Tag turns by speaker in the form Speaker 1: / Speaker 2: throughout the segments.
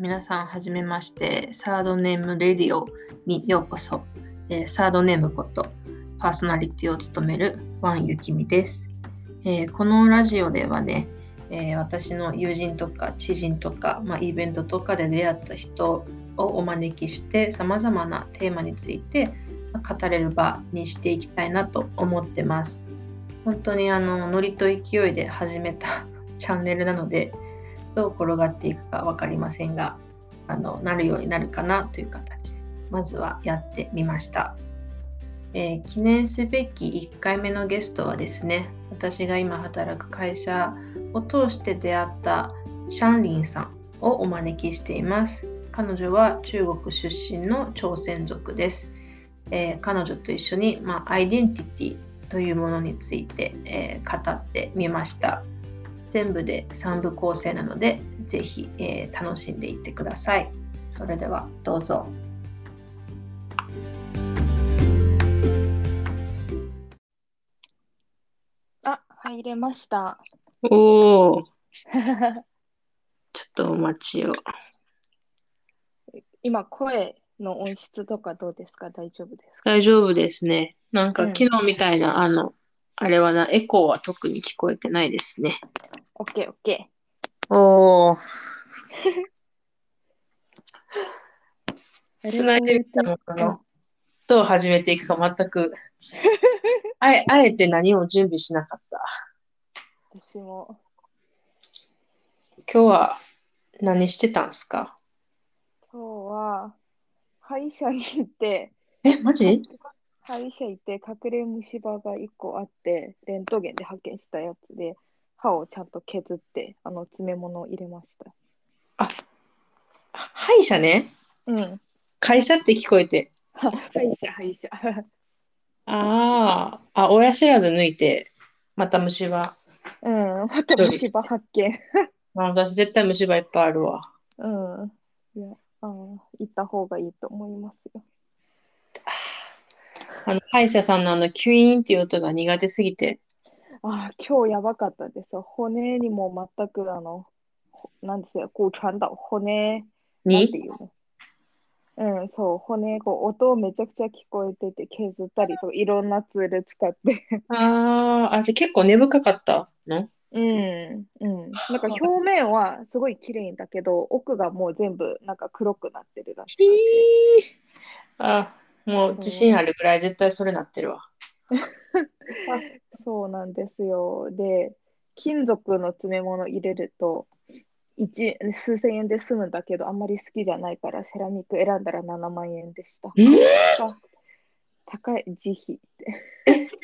Speaker 1: 皆さんはじめましてサードネームレディオにようこそ、えーサードネームことパーソナリティを務めるワンゆきみです、えーこのラジオではね、えー私の友人とか知人とか、まあ、イベントとかで出会った人をお招きしてさまざまなテーマについてまあ語れる場にしていきたいなと思ってます本当にあのノリと勢いで始めた チャンネルなのでどう転がっていくか分かりませんがあのなるようになるかなという形でまずはやってみました、えー記念すべき1回目のゲストはですね私が今働く会社を通して出会ったシャンリンさんをお招きしています彼女は中国出身の朝鮮族です、えー彼女と一緒に、まあ、アイデンティティというものについて、えー語ってみました全部で3部構成なのでぜひ、えー楽しんでいってくださいそれではどうぞ
Speaker 2: あ、入れました。
Speaker 1: おおちょっとお待ちを
Speaker 2: 今、声の音質とかどうですか大丈夫ですか
Speaker 1: 大丈夫ですねなんか
Speaker 2: うん
Speaker 1: 昨日みたいな、あのあれはなエコーは特に聞こえてないですね
Speaker 2: ?OK、OK。
Speaker 1: おお
Speaker 2: あれ
Speaker 1: つないでみたもののどう始めていくか全く あえあえて何も準備しなかった
Speaker 2: 私も、
Speaker 1: 今日は何してたんすか
Speaker 2: 今日は、歯医者に行って、
Speaker 1: えマジ
Speaker 2: 歯医者行って、隠れ虫歯が1個あって、レントゲンで発見したやつで、歯をちゃんと削って、あの、詰め物を入れました。
Speaker 1: 歯医者ね
Speaker 2: うん。
Speaker 1: 会社って聞こえて
Speaker 2: 歯医者、歯医者。
Speaker 1: あーあ親知らず抜いてまた虫歯
Speaker 2: うん。また虫歯発見。
Speaker 1: あ私絶対虫歯いっぱいあるわ
Speaker 2: うん。いや、あの行った方がいいと思いますよ。
Speaker 1: あの歯医者さんのあのキュイーンっていう音が苦手すぎて
Speaker 2: ああ、今日やばかったです。骨にも全くあの、ほなんですよ、こう传導、骨、なんて
Speaker 1: に
Speaker 2: いうの。うん、そう、骨、こう音めちゃくちゃ聞こえてて、削ったりとか、いろんなツール使って。
Speaker 1: あーあじゃあ結構根深かったの
Speaker 2: うん、うん。なんか表面はすごい綺麗だけど、奥がもう全部なんか黒くなってるらし
Speaker 1: ひー
Speaker 2: い。
Speaker 1: あもう自信あるぐらい絶対それなってるわ
Speaker 2: そうなんですよ。で、金属の詰め物入れると、一数千円で済むんだけど、あんまり好きじゃないから、セラミック選んだら7万円でした。
Speaker 1: え
Speaker 2: 高高い自費。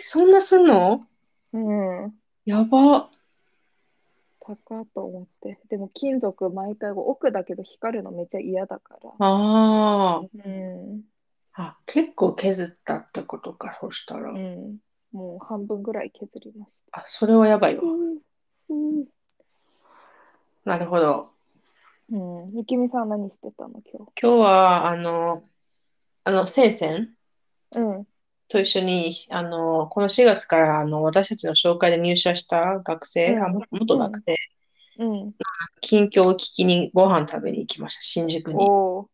Speaker 1: そんなすんの
Speaker 2: うん、
Speaker 1: やば
Speaker 2: 高っと思って。でも金属毎回奥だけど光るのめっちゃ嫌だから。
Speaker 1: あー
Speaker 2: うん、
Speaker 1: あ結構削ったってことかそしたら
Speaker 2: うん。もう半分ぐらい削りまし
Speaker 1: あそれはやばい
Speaker 2: た。
Speaker 1: わ
Speaker 2: うん。
Speaker 1: なるほど
Speaker 2: うん。ゆきみさん何してたの今
Speaker 1: 今日はあのあのせいせん
Speaker 2: 日。うん。
Speaker 1: と一緒にあのこの4月からあの私たちの紹介で入社した学生、
Speaker 2: うん
Speaker 1: あも元学生、
Speaker 2: うん。
Speaker 1: 近況を聞きにご飯食べに行きました新宿に
Speaker 2: おお。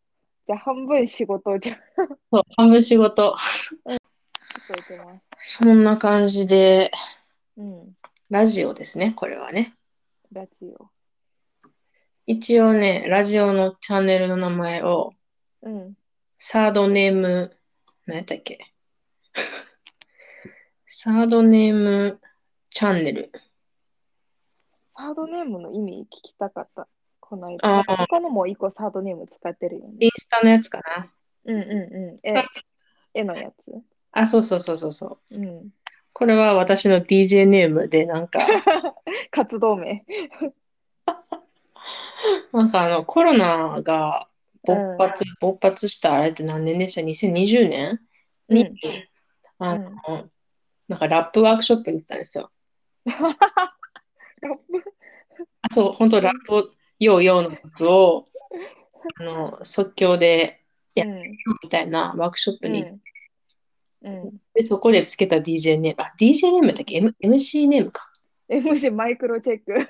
Speaker 2: じゃあ半分仕事じゃん。
Speaker 1: そう半分仕事
Speaker 2: そう言ってます。
Speaker 1: そんな感じで
Speaker 2: うん。
Speaker 1: ラジオですねこれはね
Speaker 2: ラジオ。
Speaker 1: 一応ねラジオのチャンネルの名前を
Speaker 2: うん。
Speaker 1: サードネーム何やったっけ サードネームチャンネル
Speaker 2: サードネームの意味聞きたかった。この間。
Speaker 1: あー
Speaker 2: なんか他のも一個サードネーム使ってるよ
Speaker 1: イ
Speaker 2: ね
Speaker 1: ン。スタのやつかな
Speaker 2: うんうんう ん。え、絵のやつ。
Speaker 1: あそうそうそうそうそう
Speaker 2: うん。
Speaker 1: これは私の DJ ネームでなん か
Speaker 2: 活動名。
Speaker 1: なんかあのコロナが勃発、勃発したあれって何年でした ?2020 年に、
Speaker 2: うんう
Speaker 1: あ
Speaker 2: ん。
Speaker 1: のなんかラップワークショップに行ったんですよ。
Speaker 2: ラップ
Speaker 1: あ、そう、本当ラップを、ヨーヨーの曲 をあの即興でや
Speaker 2: うん。
Speaker 1: みたいなワークショップに行っ
Speaker 2: うん。うん。
Speaker 1: て、そこでつけた DJ ネーム、あ、DJ ネームだっけ、M、?MC ネームか。
Speaker 2: MC マイクロチェック。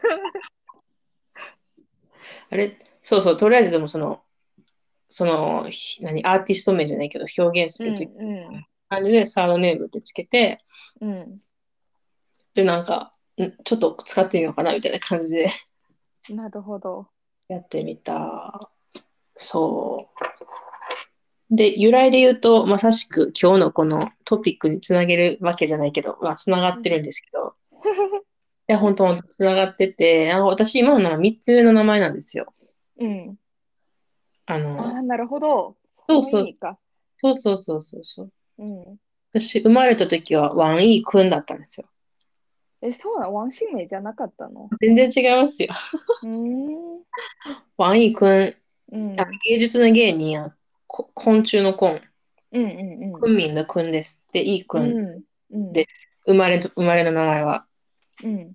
Speaker 1: あれ、そうそう、とりあえずでもその、その、ひ何、アーティスト名じゃないけど、表現するという
Speaker 2: う
Speaker 1: 感じで、サードネームってつけて、
Speaker 2: んうん
Speaker 1: で、なんか、んちょっと使ってみようかなみたいな感じで
Speaker 2: うん。なるほど。
Speaker 1: やってみた。そう。で、由来で言うと、まさしく今日のこのトピックにつなげるわけじゃないけど、まあ、つながってるんですけど、いや、本当本当つながってて、あの私、今のなら3つ上の名前なんですよ。
Speaker 2: うん。
Speaker 1: あ
Speaker 2: あ
Speaker 1: の、
Speaker 2: あ、なるほど。
Speaker 1: そうそう
Speaker 2: い意味か。
Speaker 1: そうそうそうそうそう。
Speaker 2: うん。
Speaker 1: 私、生まれた時はワンイーくんだったんですよ。
Speaker 2: え、そうなのワンシーン名じゃなかったの
Speaker 1: 全然違いますよ。
Speaker 2: うーん。
Speaker 1: ワンイーくん、
Speaker 2: うん。
Speaker 1: あ芸術の芸に、あこ昆虫の昆、
Speaker 2: うんうんうん。
Speaker 1: 君民の君です。で、イーくん、
Speaker 2: うん。
Speaker 1: で生まれと、生まれの名前は。
Speaker 2: うん。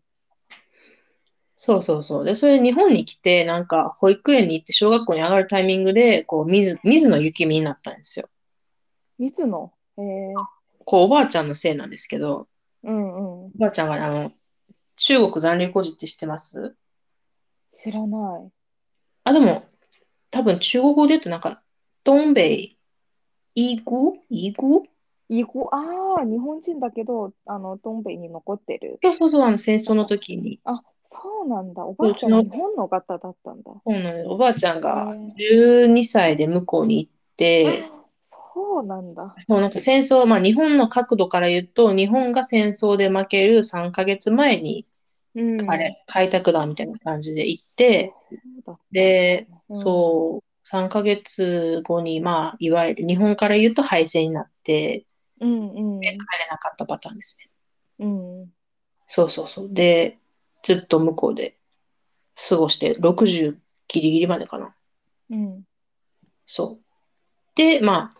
Speaker 1: そうそうそう。で、それで日本に来て、なんか、保育園に行って、小学校に上がるタイミングで、こう、水、水野ゆきみになったんですよ。
Speaker 2: 水野。えー。
Speaker 1: こう、おばあちゃんのせいなんですけど、
Speaker 2: うんうん。
Speaker 1: おばあちゃんが、あの、中国残留孤児って知ってます
Speaker 2: 知らない。
Speaker 1: あ、でも、多分中国語で言うと、なんか、東北、イーグイーグ
Speaker 2: イゴ、ああ、日本人だけど、あの、東北に残ってる。
Speaker 1: そうそうそう、あの、戦争の時に。
Speaker 2: あ、そうなんだ。おばあち
Speaker 1: そ
Speaker 2: ゃ、
Speaker 1: うんうち
Speaker 2: 日本の方だったんだ。
Speaker 1: そうなのよおばあちゃんが
Speaker 2: へ
Speaker 1: 12歳で向こうに行って、
Speaker 2: あそうなんだ。
Speaker 1: そうなんか戦争、まあ、日本の角度から言うと、日本が戦争で負ける3ヶ月前に、
Speaker 2: うん。
Speaker 1: あれ、開拓団みたいな感じで行って、
Speaker 2: そうだったんだ
Speaker 1: で、
Speaker 2: うん、
Speaker 1: そう、3ヶ月後に、まあ、いわゆる日本から言うと敗戦になって、
Speaker 2: うんうん
Speaker 1: 帰れなかったパターンですね。
Speaker 2: うん。
Speaker 1: そうそうそう。で、ずっと向こうで過ごして、60ギリギリまでかな。
Speaker 2: うん。
Speaker 1: そう。で、まあ、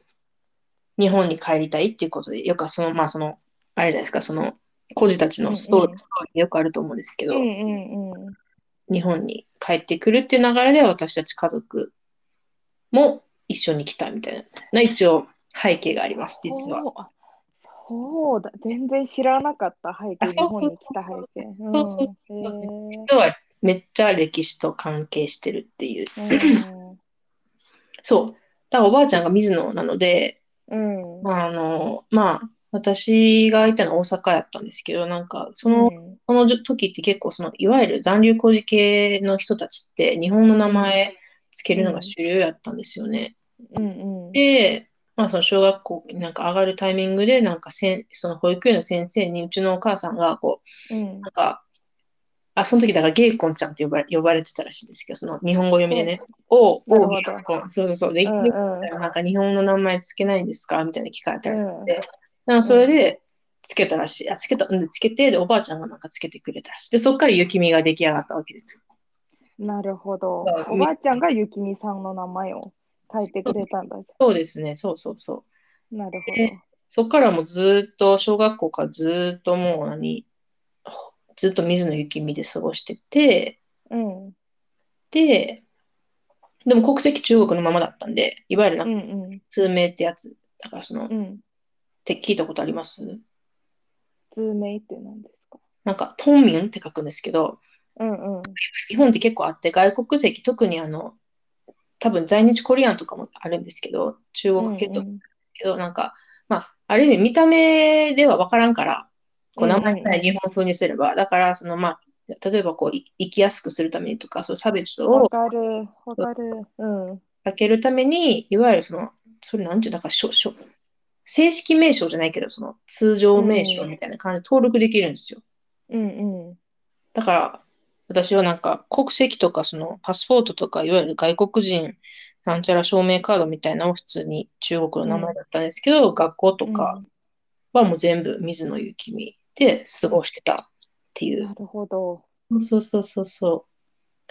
Speaker 1: 日本に帰りたいっていうことで、よくはその、まあ、その、あれじゃないですか、その、孤児たちのストーリー、
Speaker 2: うんうん
Speaker 1: ストーリーよくあると思うんですけ
Speaker 2: う
Speaker 1: ど、
Speaker 2: んうんうん。
Speaker 1: 日本に帰ってくるっていう流れで、私たち家族も一緒に来たみたいな、な一応、背景があります、実は。
Speaker 2: そうあそうだ。全然知らなかった背景、
Speaker 1: あ
Speaker 2: 日
Speaker 1: そうそう
Speaker 2: 本に来た背景。う
Speaker 1: そうそう
Speaker 2: うんへ
Speaker 1: 実は、めっちゃ歴史と関係してるっていう。
Speaker 2: ー
Speaker 1: そう。だからおばあちゃんが水野なので、
Speaker 2: うん。うん。
Speaker 1: あの、まあ、私がいたのは大阪やったんですけど、なんか、その、
Speaker 2: うん
Speaker 1: この時って結構そのいわゆる残留孤児系の人たちって日本の名前つけるのが主流やったんですよね。
Speaker 2: うんうん。
Speaker 1: で、まあ、その小学校になんか上がるタイミングでなんかせんその保育園の先生にうちのお母さんがこ
Speaker 2: うん
Speaker 1: うなんかあその時だからゲイコンちゃんって呼ばれ呼ばれてたらしいんですけどその日本語読みでね。を
Speaker 2: なる
Speaker 1: を
Speaker 2: ほど
Speaker 1: ゲイコンそうそうそうで、
Speaker 2: うんうん
Speaker 1: なんか日本の名前つけないんですかみたいな聞かれたりとか
Speaker 2: うん
Speaker 1: なんかそれで、つけたらしい。あ、つけた、うん、つけて、で、おばあちゃんがなんかつけてくれたらしい。で、そっから雪見が出来上がったわけです。
Speaker 2: なるほど
Speaker 1: だか。ら
Speaker 2: おばあちゃんがゆきみさんの名前を書いてくれたんだ。
Speaker 1: そうですね、そうそうそう。
Speaker 2: なる
Speaker 1: でそっからもうずっと、小学校からずっともう何、ほずっと水野雪見で過ごしてて、
Speaker 2: ほど。
Speaker 1: で、でも国籍中国のままだったんで、いわゆるな
Speaker 2: うん
Speaker 1: か
Speaker 2: ん。うん
Speaker 1: 通名ってやつ。だからその、っ
Speaker 2: うん。うん。
Speaker 1: て聞いたことあります
Speaker 2: 通名って何ですか
Speaker 1: なんか、トンミンって書くんですけど、
Speaker 2: うんうん。
Speaker 1: 日本って結構あって、外国籍、特にあの、多分在日コリアンとかもあるんですけど、中国系と
Speaker 2: うんうん
Speaker 1: けど、なんか、まあ、ある意味見た目では分からんから、こう名前さえ日本風にすれば、だから、そのまあ、例えばこう、い生きやすくするためにとか、そういう差別
Speaker 2: わ
Speaker 1: を
Speaker 2: かる、わかる。うん。
Speaker 1: 避けるために、いわゆるその、それなんていう、だから、しょ、しょ、正式名称じゃないけど、その通常名称みたいな感じで登録できるんですよ。
Speaker 2: うんうん。
Speaker 1: だから、私はなんか国籍とかそのパスポートとかいわゆる外国人なんちゃら証明カードみたいなのを普通に中国の名前だったんですけど、学校とかはもう全部水野ゆきみで過ごしてたってい
Speaker 2: な
Speaker 1: う。
Speaker 2: るほど。
Speaker 1: そうそうそうそう。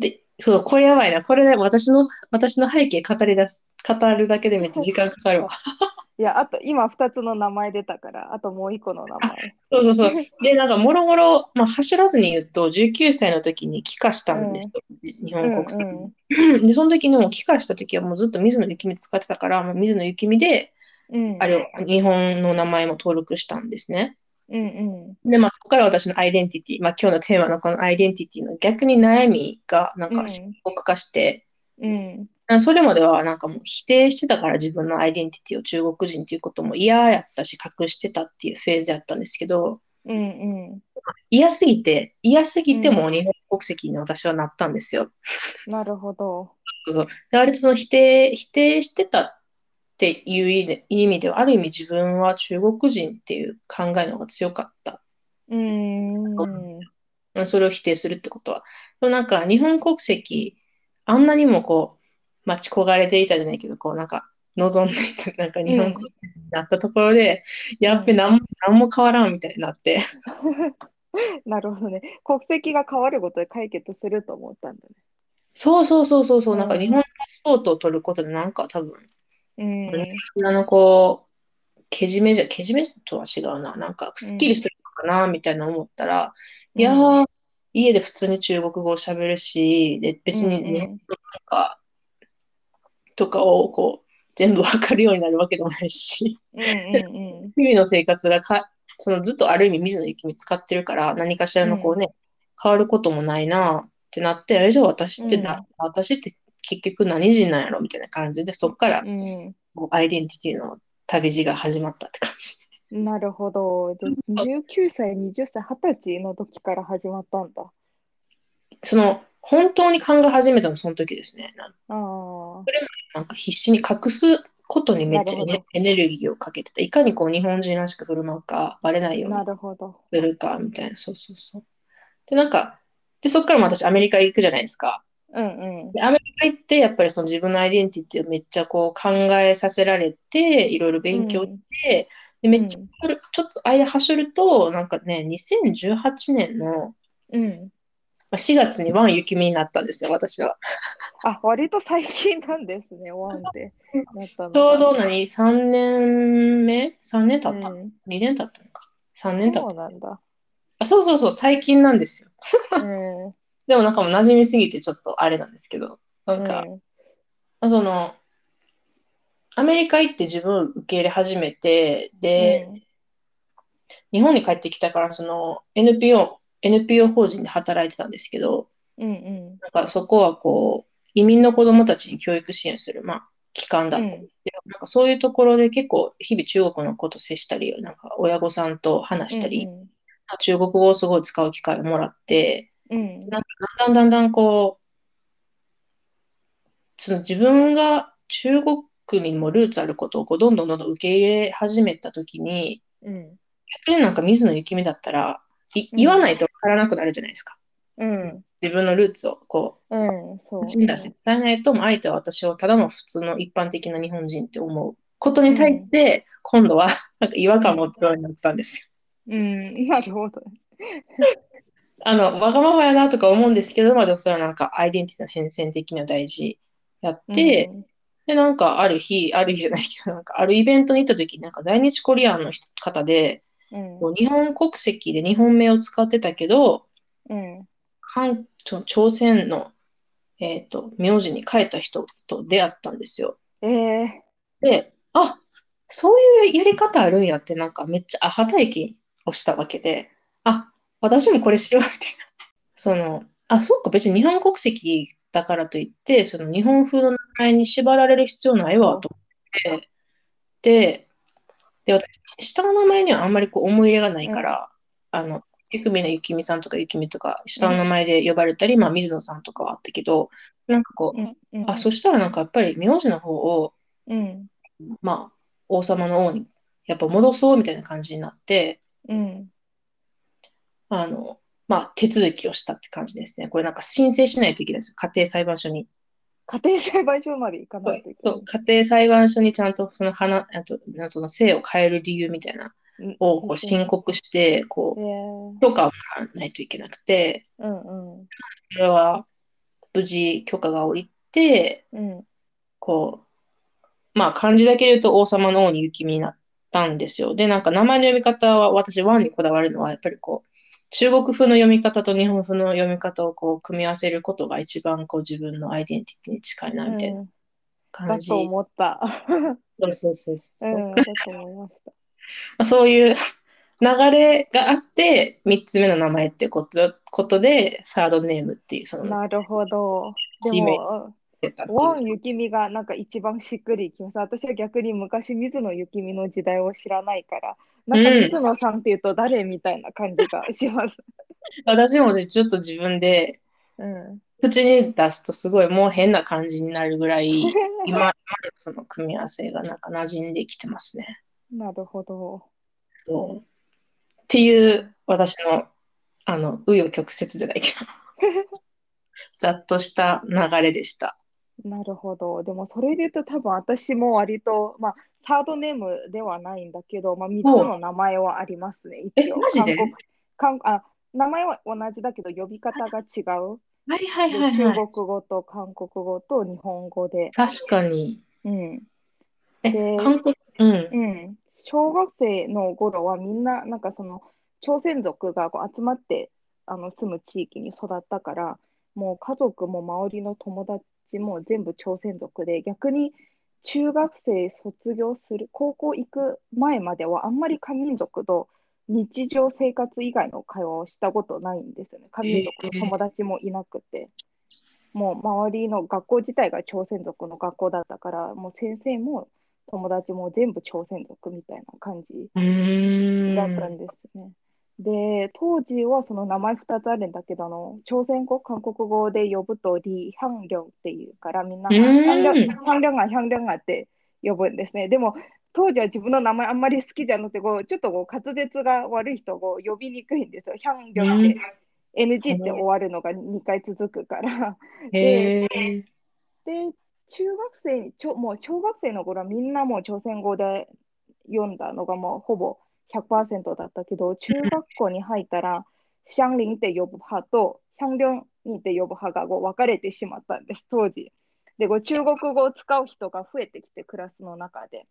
Speaker 1: で、そう、これやばいな。これで私の、私の背景語り出す、語るだけでめっちゃ時間かか るわ。
Speaker 2: いや、あと今2つの名前出たから、あともう1個の名前。
Speaker 1: そうそうそう。で、なんかもろもろ、まあ、走らずに言うと、19歳の時に帰化したんですよ。日
Speaker 2: う
Speaker 1: 本
Speaker 2: ん
Speaker 1: 国籍に。で、その時にもう帰化した時はもうずっと水野ゆきみ使ってたから、もう水野ゆきみで、
Speaker 2: うん。うん。
Speaker 1: あれを、日本の名前も登録したんですね。
Speaker 2: うんうん。
Speaker 1: で、まあ、そこから私のアイデンティティ、まあ、今日のテーマのこのアイデンティティの逆に悩みがなん
Speaker 2: うん
Speaker 1: か深刻化して、
Speaker 2: うん。
Speaker 1: それまではなんかもう否定してたから自分のアイデンティティを中国人ということも嫌やったし隠してたっていうフェーズやったんですけど、
Speaker 2: うんう
Speaker 1: 嫌すぎて、嫌すぎてもう日本国籍に私はなったんですよ。
Speaker 2: ん。なるほど。
Speaker 1: で割とその否定、否定してたっていう意味意味では、ある意味自分は中国人っていう考えの方が強かった。
Speaker 2: うーん。
Speaker 1: うんそれを否定するってことは。でもなんか日本国籍、あんなにもこう、待ち焦がれていたじゃないけど、こうなんか望んでいた、なんか日本国籍になったところで、やっべ、なんも、なんも変わらんみたいになって。
Speaker 2: なるほどね。国籍が変わることで解決すると思ったんだ
Speaker 1: そうそうそうそうそう、なんか
Speaker 2: うん
Speaker 1: 日本のパスポートを取ることで、なんか多分、
Speaker 2: ね。
Speaker 1: あのこう、けじめじゃ、けじめとは違うな、なんかすっきりするのかな、みたいな思ったら、
Speaker 2: うん。
Speaker 1: いやー、家で普通に中国語を喋るし、で、別に
Speaker 2: うん
Speaker 1: 日本とか、とかをこう、全部わかるようになるわけでもない し、
Speaker 2: うんうん
Speaker 1: 日々の生活がか、そのずっとある意味水野ゆきみ使ってるから、何かしらのこうね、変わることもないなってなって、え、じゃあ私ってな、
Speaker 2: う
Speaker 1: 私って結局何人なんやろみたいな感じで、そっから
Speaker 2: うん。う
Speaker 1: こうアイデンティティの旅路が始まったって感じ。
Speaker 2: ん。なるほど。で、19歳、20歳、20歳の時から始まったんだ。
Speaker 1: その、本当に考え始めたのその時ですね。なん
Speaker 2: ああ。
Speaker 1: なんか必死に隠すことにめっちゃエ
Speaker 2: なる
Speaker 1: ネエネルギーをかけてた。いかにこう日本人らしく振る舞うか、バレないように
Speaker 2: なるほど。
Speaker 1: するか、みたいな。そうそうそう。で、なんか、で、そっからも私アメリカ行くじゃないですか。
Speaker 2: うんうん。
Speaker 1: でアメリカ行って、やっぱりその自分のアイデンティティをめっちゃこう考えさせられて、いろいろ勉強して、で、めっちゃ、ちょっと間走ると、なんかね、2018年の
Speaker 2: うん。うん。
Speaker 1: まあ4月にワン雪見になったんですよ、私は。
Speaker 2: あ、割と最近なんですね、ワンで。なったの
Speaker 1: ちょうど何 ?3 年目 ?3 年経った、
Speaker 2: う
Speaker 1: ?2
Speaker 2: ん
Speaker 1: 年経ったのか。3年経っ
Speaker 2: そう
Speaker 1: た。
Speaker 2: なんだ。
Speaker 1: あ、そうそうそう、最近なんですよ。
Speaker 2: うん。
Speaker 1: でもなんかもう馴染みすぎてちょっとあれなんですけど。なんか、その、アメリカ行って自分を受け入れ始めて、
Speaker 2: うん、
Speaker 1: で、日本に帰ってきたから、その NPO、NPO 法人で働いてたんですけど、
Speaker 2: うんうん
Speaker 1: なんかそこはこう、移民の子供たちに教育支援する、まあ、機関だ
Speaker 2: う
Speaker 1: った
Speaker 2: ん。
Speaker 1: でなんかそういうところで結構日々中国の子と接したり、なんか親御さんと話したり、
Speaker 2: うん
Speaker 1: 中国語をすごい使う機会をもらって、
Speaker 2: うん。
Speaker 1: なんかだんだんだんだんこう、その自分が中国にもルーツあることをこうどんどんどんどん受け入れ始めたときに、
Speaker 2: うん。
Speaker 1: 逆になんか水野幸美だったら、い言わないとわからなくなるじゃないですか。
Speaker 2: うん。
Speaker 1: 自分のルーツをこ
Speaker 2: うん。そう
Speaker 1: う、。死んだし、伝えないと、もう相手は私をただの普通の一般的な日本人って思うことに対して、今 度はなんか違和感を持つようになったんですよ。
Speaker 2: うん。なるほど。
Speaker 1: あの、わがままやなとか思うんですけど、まあでもそれはなんかアイデンティティの変遷的には大事やって、
Speaker 2: うん、
Speaker 1: で、なんかある日、ある日じゃないけど、なんかあ るイベントに行った時に、なんか在日コリアンの人方で、
Speaker 2: うん。
Speaker 1: こう日本国籍で日本名を使ってたけど、
Speaker 2: うん。
Speaker 1: 韓朝朝鮮の、えっと、名字に変えた人と出会ったんですよ。
Speaker 2: ええ
Speaker 1: で、あ、そういうやり方あるんやって、なんかめっちゃアハ体験をしたわけで、あ、私もこれしようみたいな。 その、あ、そうか、別に日本国籍だからといって、その日本風の名前に縛られる必要ないわと思って、で、で、私、下の名前にはあんまりこう思い入れがないから、あの、ゆくみのゆきみさんとかゆきみとか、下の名前で呼ばれたり、まあ、水野さんとかはあったけど、なんかこう、
Speaker 2: うん。
Speaker 1: あ、そしたらなんかやっぱり名字の方を、
Speaker 2: うん。
Speaker 1: まあ、王様の王にやっぱ戻そうみたいな感じになって、
Speaker 2: うん。
Speaker 1: あの、まあ、手続きをしたって感じですね。これなんか申請しないといけないんですよ。家庭裁判所に。
Speaker 2: 家庭裁判所まで行かないといけ
Speaker 1: そ
Speaker 2: ない。
Speaker 1: う、家庭裁判所にちゃんとその花、あと、なその姓を変える理由みたいな
Speaker 2: うん
Speaker 1: をこう申告して、
Speaker 2: ええ
Speaker 1: こう、許可をもらわないといけなくて、
Speaker 2: うんうん。
Speaker 1: それは無事許可が下りて、
Speaker 2: うん。
Speaker 1: こう、まあ、漢字だけで言うと王様の王に雪見になったんですよ。で、なんか名前の読み方は、私、ワンにこだわるのは、やっぱりこう、中国風の読み方と日本風の読み方をこう、組み合わせることが一番こう、自分のアイデンティティに近いな、みたいな
Speaker 2: うん
Speaker 1: 感
Speaker 2: だ
Speaker 1: じ。
Speaker 2: と思った。
Speaker 1: そうそうそうそうう。ま
Speaker 2: ん。だと思いまし
Speaker 1: あそういう流れがあって、3つ目の名前ってことことで、サードネームっていう、その、
Speaker 2: なるほど。で
Speaker 1: Gmail
Speaker 2: も、
Speaker 1: 出たっていう
Speaker 2: ワン・ユキミがなんか一番しっくりきます。私は逆に昔、水野ゆきみの時代を知らないから、なんか
Speaker 1: うん
Speaker 2: 水野さんっていうと誰みたいな感じがします。
Speaker 1: 私もちょっと自分で、
Speaker 2: うん。
Speaker 1: 口に出すとすごいもう変な感じになるぐらい、今、今のその組み合わせがなんか馴染んできてますね。
Speaker 2: なるほど。
Speaker 1: そうっていう私のあの紆余曲折じゃない けどざっとした流れでした。
Speaker 2: なるほど。でもそれで言うと多分私も割と、まあ、サードネームではないんだけど、まあ、3つの名前はありますね、
Speaker 1: え
Speaker 2: 一応。
Speaker 1: マジで
Speaker 2: 韓国韓あ名前は同じだけど呼び方が違う。
Speaker 1: はいは
Speaker 2: で中国語と韓国語と日本語で。
Speaker 1: 確かに。
Speaker 2: うん。
Speaker 1: え
Speaker 2: で
Speaker 1: 韓国うん
Speaker 2: うん、小学生の頃はみんななんかその朝鮮族がこう集まってあの住む地域に育ったからもう家族も周りの友達も全部朝鮮族で逆に中学生卒業する高校行く前まではあんまり漢民族と日常生活以外の会話をしたことないんですよね。漢民族の友達もいなくて。もう周りの学校自体が朝鮮族の学校だったからもう先生も友達も全部朝鮮族みたいな感じ
Speaker 1: うーん
Speaker 2: だったんですね。で当時はその名前2つあるんだけどあの朝鮮語韓国語で呼ぶとリ・ハンリョンっていうからみんな
Speaker 1: う
Speaker 2: ハン
Speaker 1: ーん
Speaker 2: リョンハンリョンがハンリョンがって呼ぶんですね。でも当時は自分の名前あんまり好きじゃなくてこうちょっとこう滑舌が悪い人をこう呼びにくいんですよ。ハンリョンって NG って終わるのが2回続くから。
Speaker 1: へえ
Speaker 2: で中学生にちょもう小学生の頃はみんなもう朝鮮語で読んだのがもうほぼ100%だったけど中学校に入ったらシャンリンって呼ぶ派とシャンリョンにって呼ぶ派がこう分かれてしまったんです当時。でこう中国語を使う人が増えてきてクラスの中で。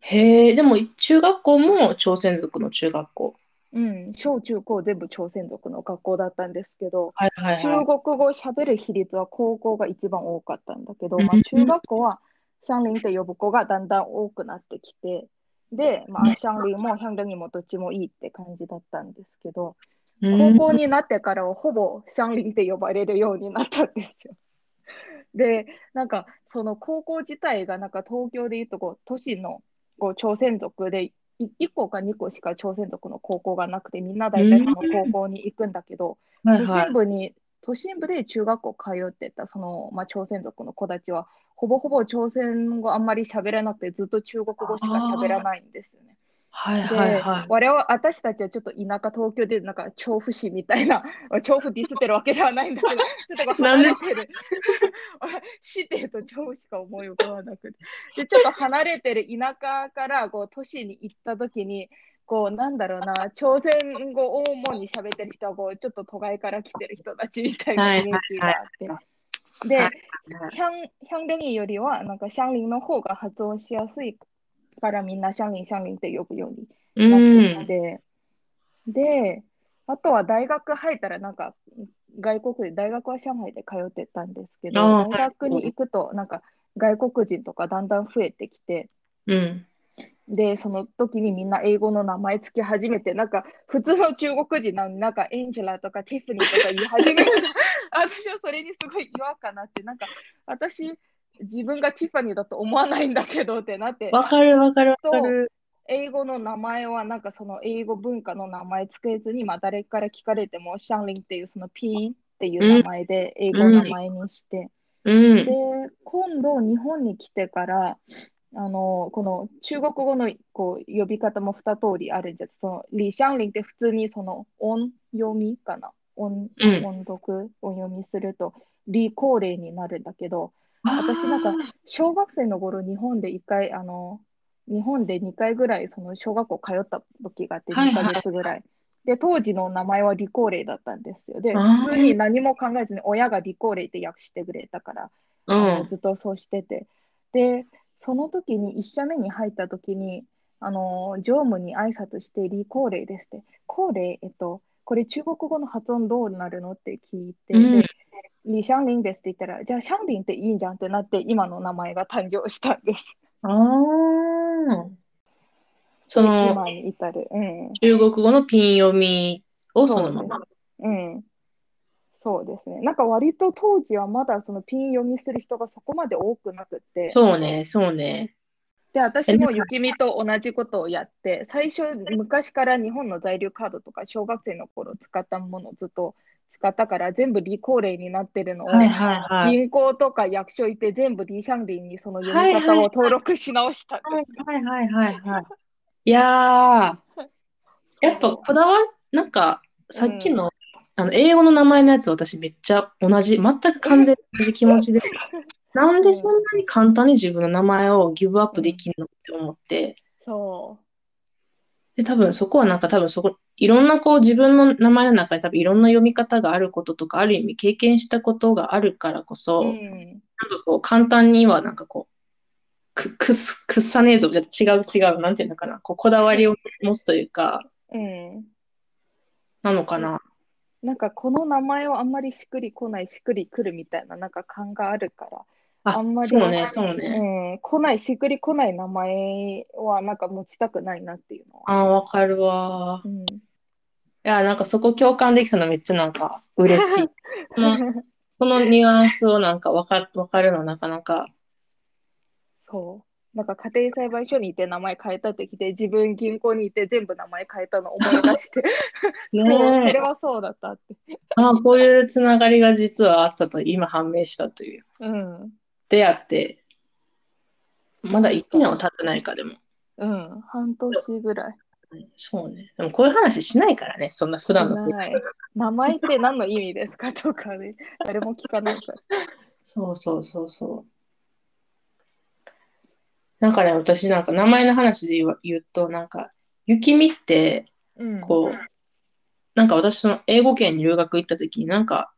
Speaker 1: へえでも中学校も朝鮮族の中学校。
Speaker 2: うん、小中高全部朝鮮族の学校だったんですけど、
Speaker 1: はいはい
Speaker 2: 中
Speaker 1: は
Speaker 2: 国語を喋る比率は高校が一番多かったんだけど、
Speaker 1: うん
Speaker 2: まあ、中学校はシャンリンって呼ぶ子がだんだん多くなってきてで、まあ、シャンリンもヒャンリンにもどっちもいいって感じだったんですけど
Speaker 1: い。
Speaker 2: 高
Speaker 1: う
Speaker 2: 校になってからはほぼシャンリンって呼ばれるようになったんですよ。 でなんかその高校自体がなんか東京でいうとこう都市のこう朝鮮族で1校か2校しか朝鮮族の高校がなくてみんな大体その高校に行くんだけど。
Speaker 1: んはい
Speaker 2: 都
Speaker 1: は
Speaker 2: 心
Speaker 1: い。
Speaker 2: 部に都心部で中学校通ってたその、まあ、朝鮮族の子たちはほぼほぼ朝鮮語あんまり喋らなくてずっと中国語しか喋らないんですよね。
Speaker 1: はい
Speaker 2: で、
Speaker 1: はいはい。
Speaker 2: 我々私たちはちょっと田舎東京でなんか調布市みたいな 調布ディスってるわけではないんだけど ちょっとこう離れてる 市っていうと調布しか思い浮かばなくてでちょっと離れてる田舎からこう都市に行った時にこうなんだろうな朝鮮語を主に喋ってる人はこうちょっと都会から来てる人たちみたいなイメージがあっ
Speaker 1: はい
Speaker 2: て。
Speaker 1: はいは
Speaker 2: で、
Speaker 1: はい
Speaker 2: ヒャン、ヒャンリョンよりは、なんかシャンリンの方が発音しやすいから、みんなシャンリン、シャンリンって呼ぶように
Speaker 1: う
Speaker 2: なってき
Speaker 1: ん。
Speaker 2: て、で、あとは大学入ったら、なんか外国で、大学は上海で通ってたんですけど、
Speaker 1: あー
Speaker 2: 大学に行くと、なんか外国人とかだんだん増えてきて、
Speaker 1: うん。
Speaker 2: で、その時にみんな英語の名前つき始めて、なんか普通の中国人なのになんかエンジェラとかティファニーとか言い始める 私はそれにすごい違和感あって、なんか私自分がティファニーだと思わないんだけどってなって、
Speaker 1: わかるわかるわかる。
Speaker 2: 英語の名前はなんかその英語文化の名前つけずに、まあ、誰から聞かれてもシャンリンっていうその P っていう名前で英語の名前にして、
Speaker 1: うん
Speaker 2: で。今度日本に来てからあのこの中国語のこう呼び方も2通りあるんですそのリ・シャンリンって普通にその音読みかな音,、
Speaker 1: うん
Speaker 2: 音読音読みするとリ・コーレイになるんだけど
Speaker 1: 私
Speaker 2: 私なんか小学生の頃日本で1回あの日本で2回ぐらいその小学校通った時があって
Speaker 1: はい
Speaker 2: 2
Speaker 1: はい
Speaker 2: ヶ月ぐらい、で当時の名前はリコーレイだったんですよで
Speaker 1: あー
Speaker 2: 普通に何も考えずに親がリコーレイって訳してくれたから
Speaker 1: う
Speaker 2: あの
Speaker 1: ん。
Speaker 2: ずっとそうしててでその時に1社目に入った時にあの常務に挨拶して「リコーレイです」って「コーレイ、えっと、これ中国語の発音どうなるの?」って聞いて、
Speaker 1: うん
Speaker 2: でリシャンリンですって言ったら、じゃあシャンリンっていいんじゃんってなって、今の名前が誕生したんです。
Speaker 1: ああ。その
Speaker 2: 今に至る。うん。
Speaker 1: 中国語のピン読みをそのまま。
Speaker 2: うん。そうですね。なんか割と当時はまだそのピン読みする人がそこまで多くなくって。
Speaker 1: そうね、そうね。
Speaker 2: で、私も雪見と同じことをやって、最初、昔から日本の在留カードとか、小学生の頃使ったものをずっと使ったから、全部リコーレになってるのを、
Speaker 1: はいい。
Speaker 2: 銀行とか役所行って、全部リシャンリンにその読み方を登録し直したんです。
Speaker 1: はいはいはいはい。いやー、やっぱこだわなんかさっきの,、あの英語の名前のやつ私めっちゃ同じ、全く完全に同じ気持 ちで、なんでそんなに簡単に自分の名前をギブアップできるのって思って、
Speaker 2: そ
Speaker 1: で、多分そこはなんか多分そこ、いろんなこう自分の名前の中に多分いろんな読み方があることとか、ある意味経験したことがあるからこそ、
Speaker 2: う。
Speaker 1: な
Speaker 2: う
Speaker 1: んか
Speaker 2: ん。
Speaker 1: こう簡単にはなんかこう、く、 くす、くっさねえぞ、じゃ違う違う、なんていうのかな、こうこだわりを持つというか、
Speaker 2: うん。
Speaker 1: なのかな。
Speaker 2: なんかこの名前をあんまりしっくりこない、しっくりくるみたいな、なんか感があるから、
Speaker 1: あ、
Speaker 2: あんまり
Speaker 1: そうね、そうね。
Speaker 2: うん、来ない、しっくりこない名前はなんか持ちたくないなっていうのは。
Speaker 1: あー、わかるわ。
Speaker 2: うん。
Speaker 1: いや、なんかそこ共感できたのめっちゃなんか嬉しい。 この、このニュアンスをなんかわか、わかるのなかなか。
Speaker 2: そう。なんか家庭裁判所にいて名前変えたってきて、自分銀行にいて全部名前変えたの思い出して、
Speaker 1: ね
Speaker 2: そう
Speaker 1: え
Speaker 2: それはそうだったって。
Speaker 1: あこういうつながりが実はあったと今判明したという。
Speaker 2: うん。
Speaker 1: 出会って、まだ1年は経ってないかでも。
Speaker 2: うん。半年ぐらい。
Speaker 1: そうね。でもこういう話しないからね、そんな普段の生活
Speaker 2: はい名前って何の意味ですかとかね、 誰も聞かないから。
Speaker 1: そうそうそうそう。だから私なんか名前の話で言う言うと、なんか、雪見って、
Speaker 2: うん。
Speaker 1: こう、なんか私その英語圏に留学行った時になんか、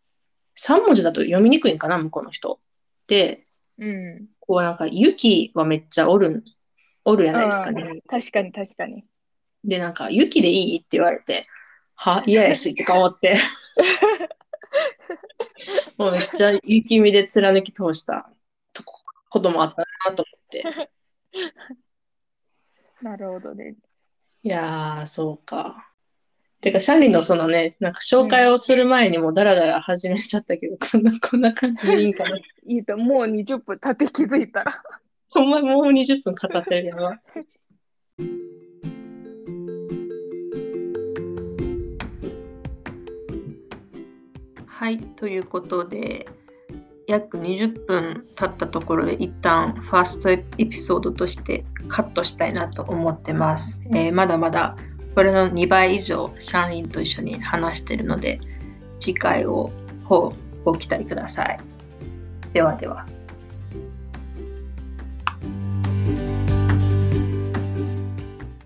Speaker 1: 3文字だと読みにくいんかな、向こうの人。で、
Speaker 2: うん。
Speaker 1: こうなんか、雪はめっちゃおるん、おるやないですかね。
Speaker 2: うん確かに確かに。
Speaker 1: で、なんか、雪でいいって言われて、は、嫌やし、とか思 って。もうめっちゃ雪見で貫き通したとここともあったなと思って。
Speaker 2: なるほどね。
Speaker 1: いやー、そうか。てか、シャンリンのそのね、なんか紹介をする前にもうダラダラ始めちゃったけど、こんな、こんな感じでいいんかな。
Speaker 2: いいと、もう20分経って気づいたら。
Speaker 1: ほんま、もう20分語ってるけどな。
Speaker 3: はい、ということで、約20分経ったところで、一旦ファーストエピソードとしてカットしたいなと思ってます。えーまだまだこれの2倍以上、シャンリンと一緒に話してるので、次回をほうご期待ください。ではでは。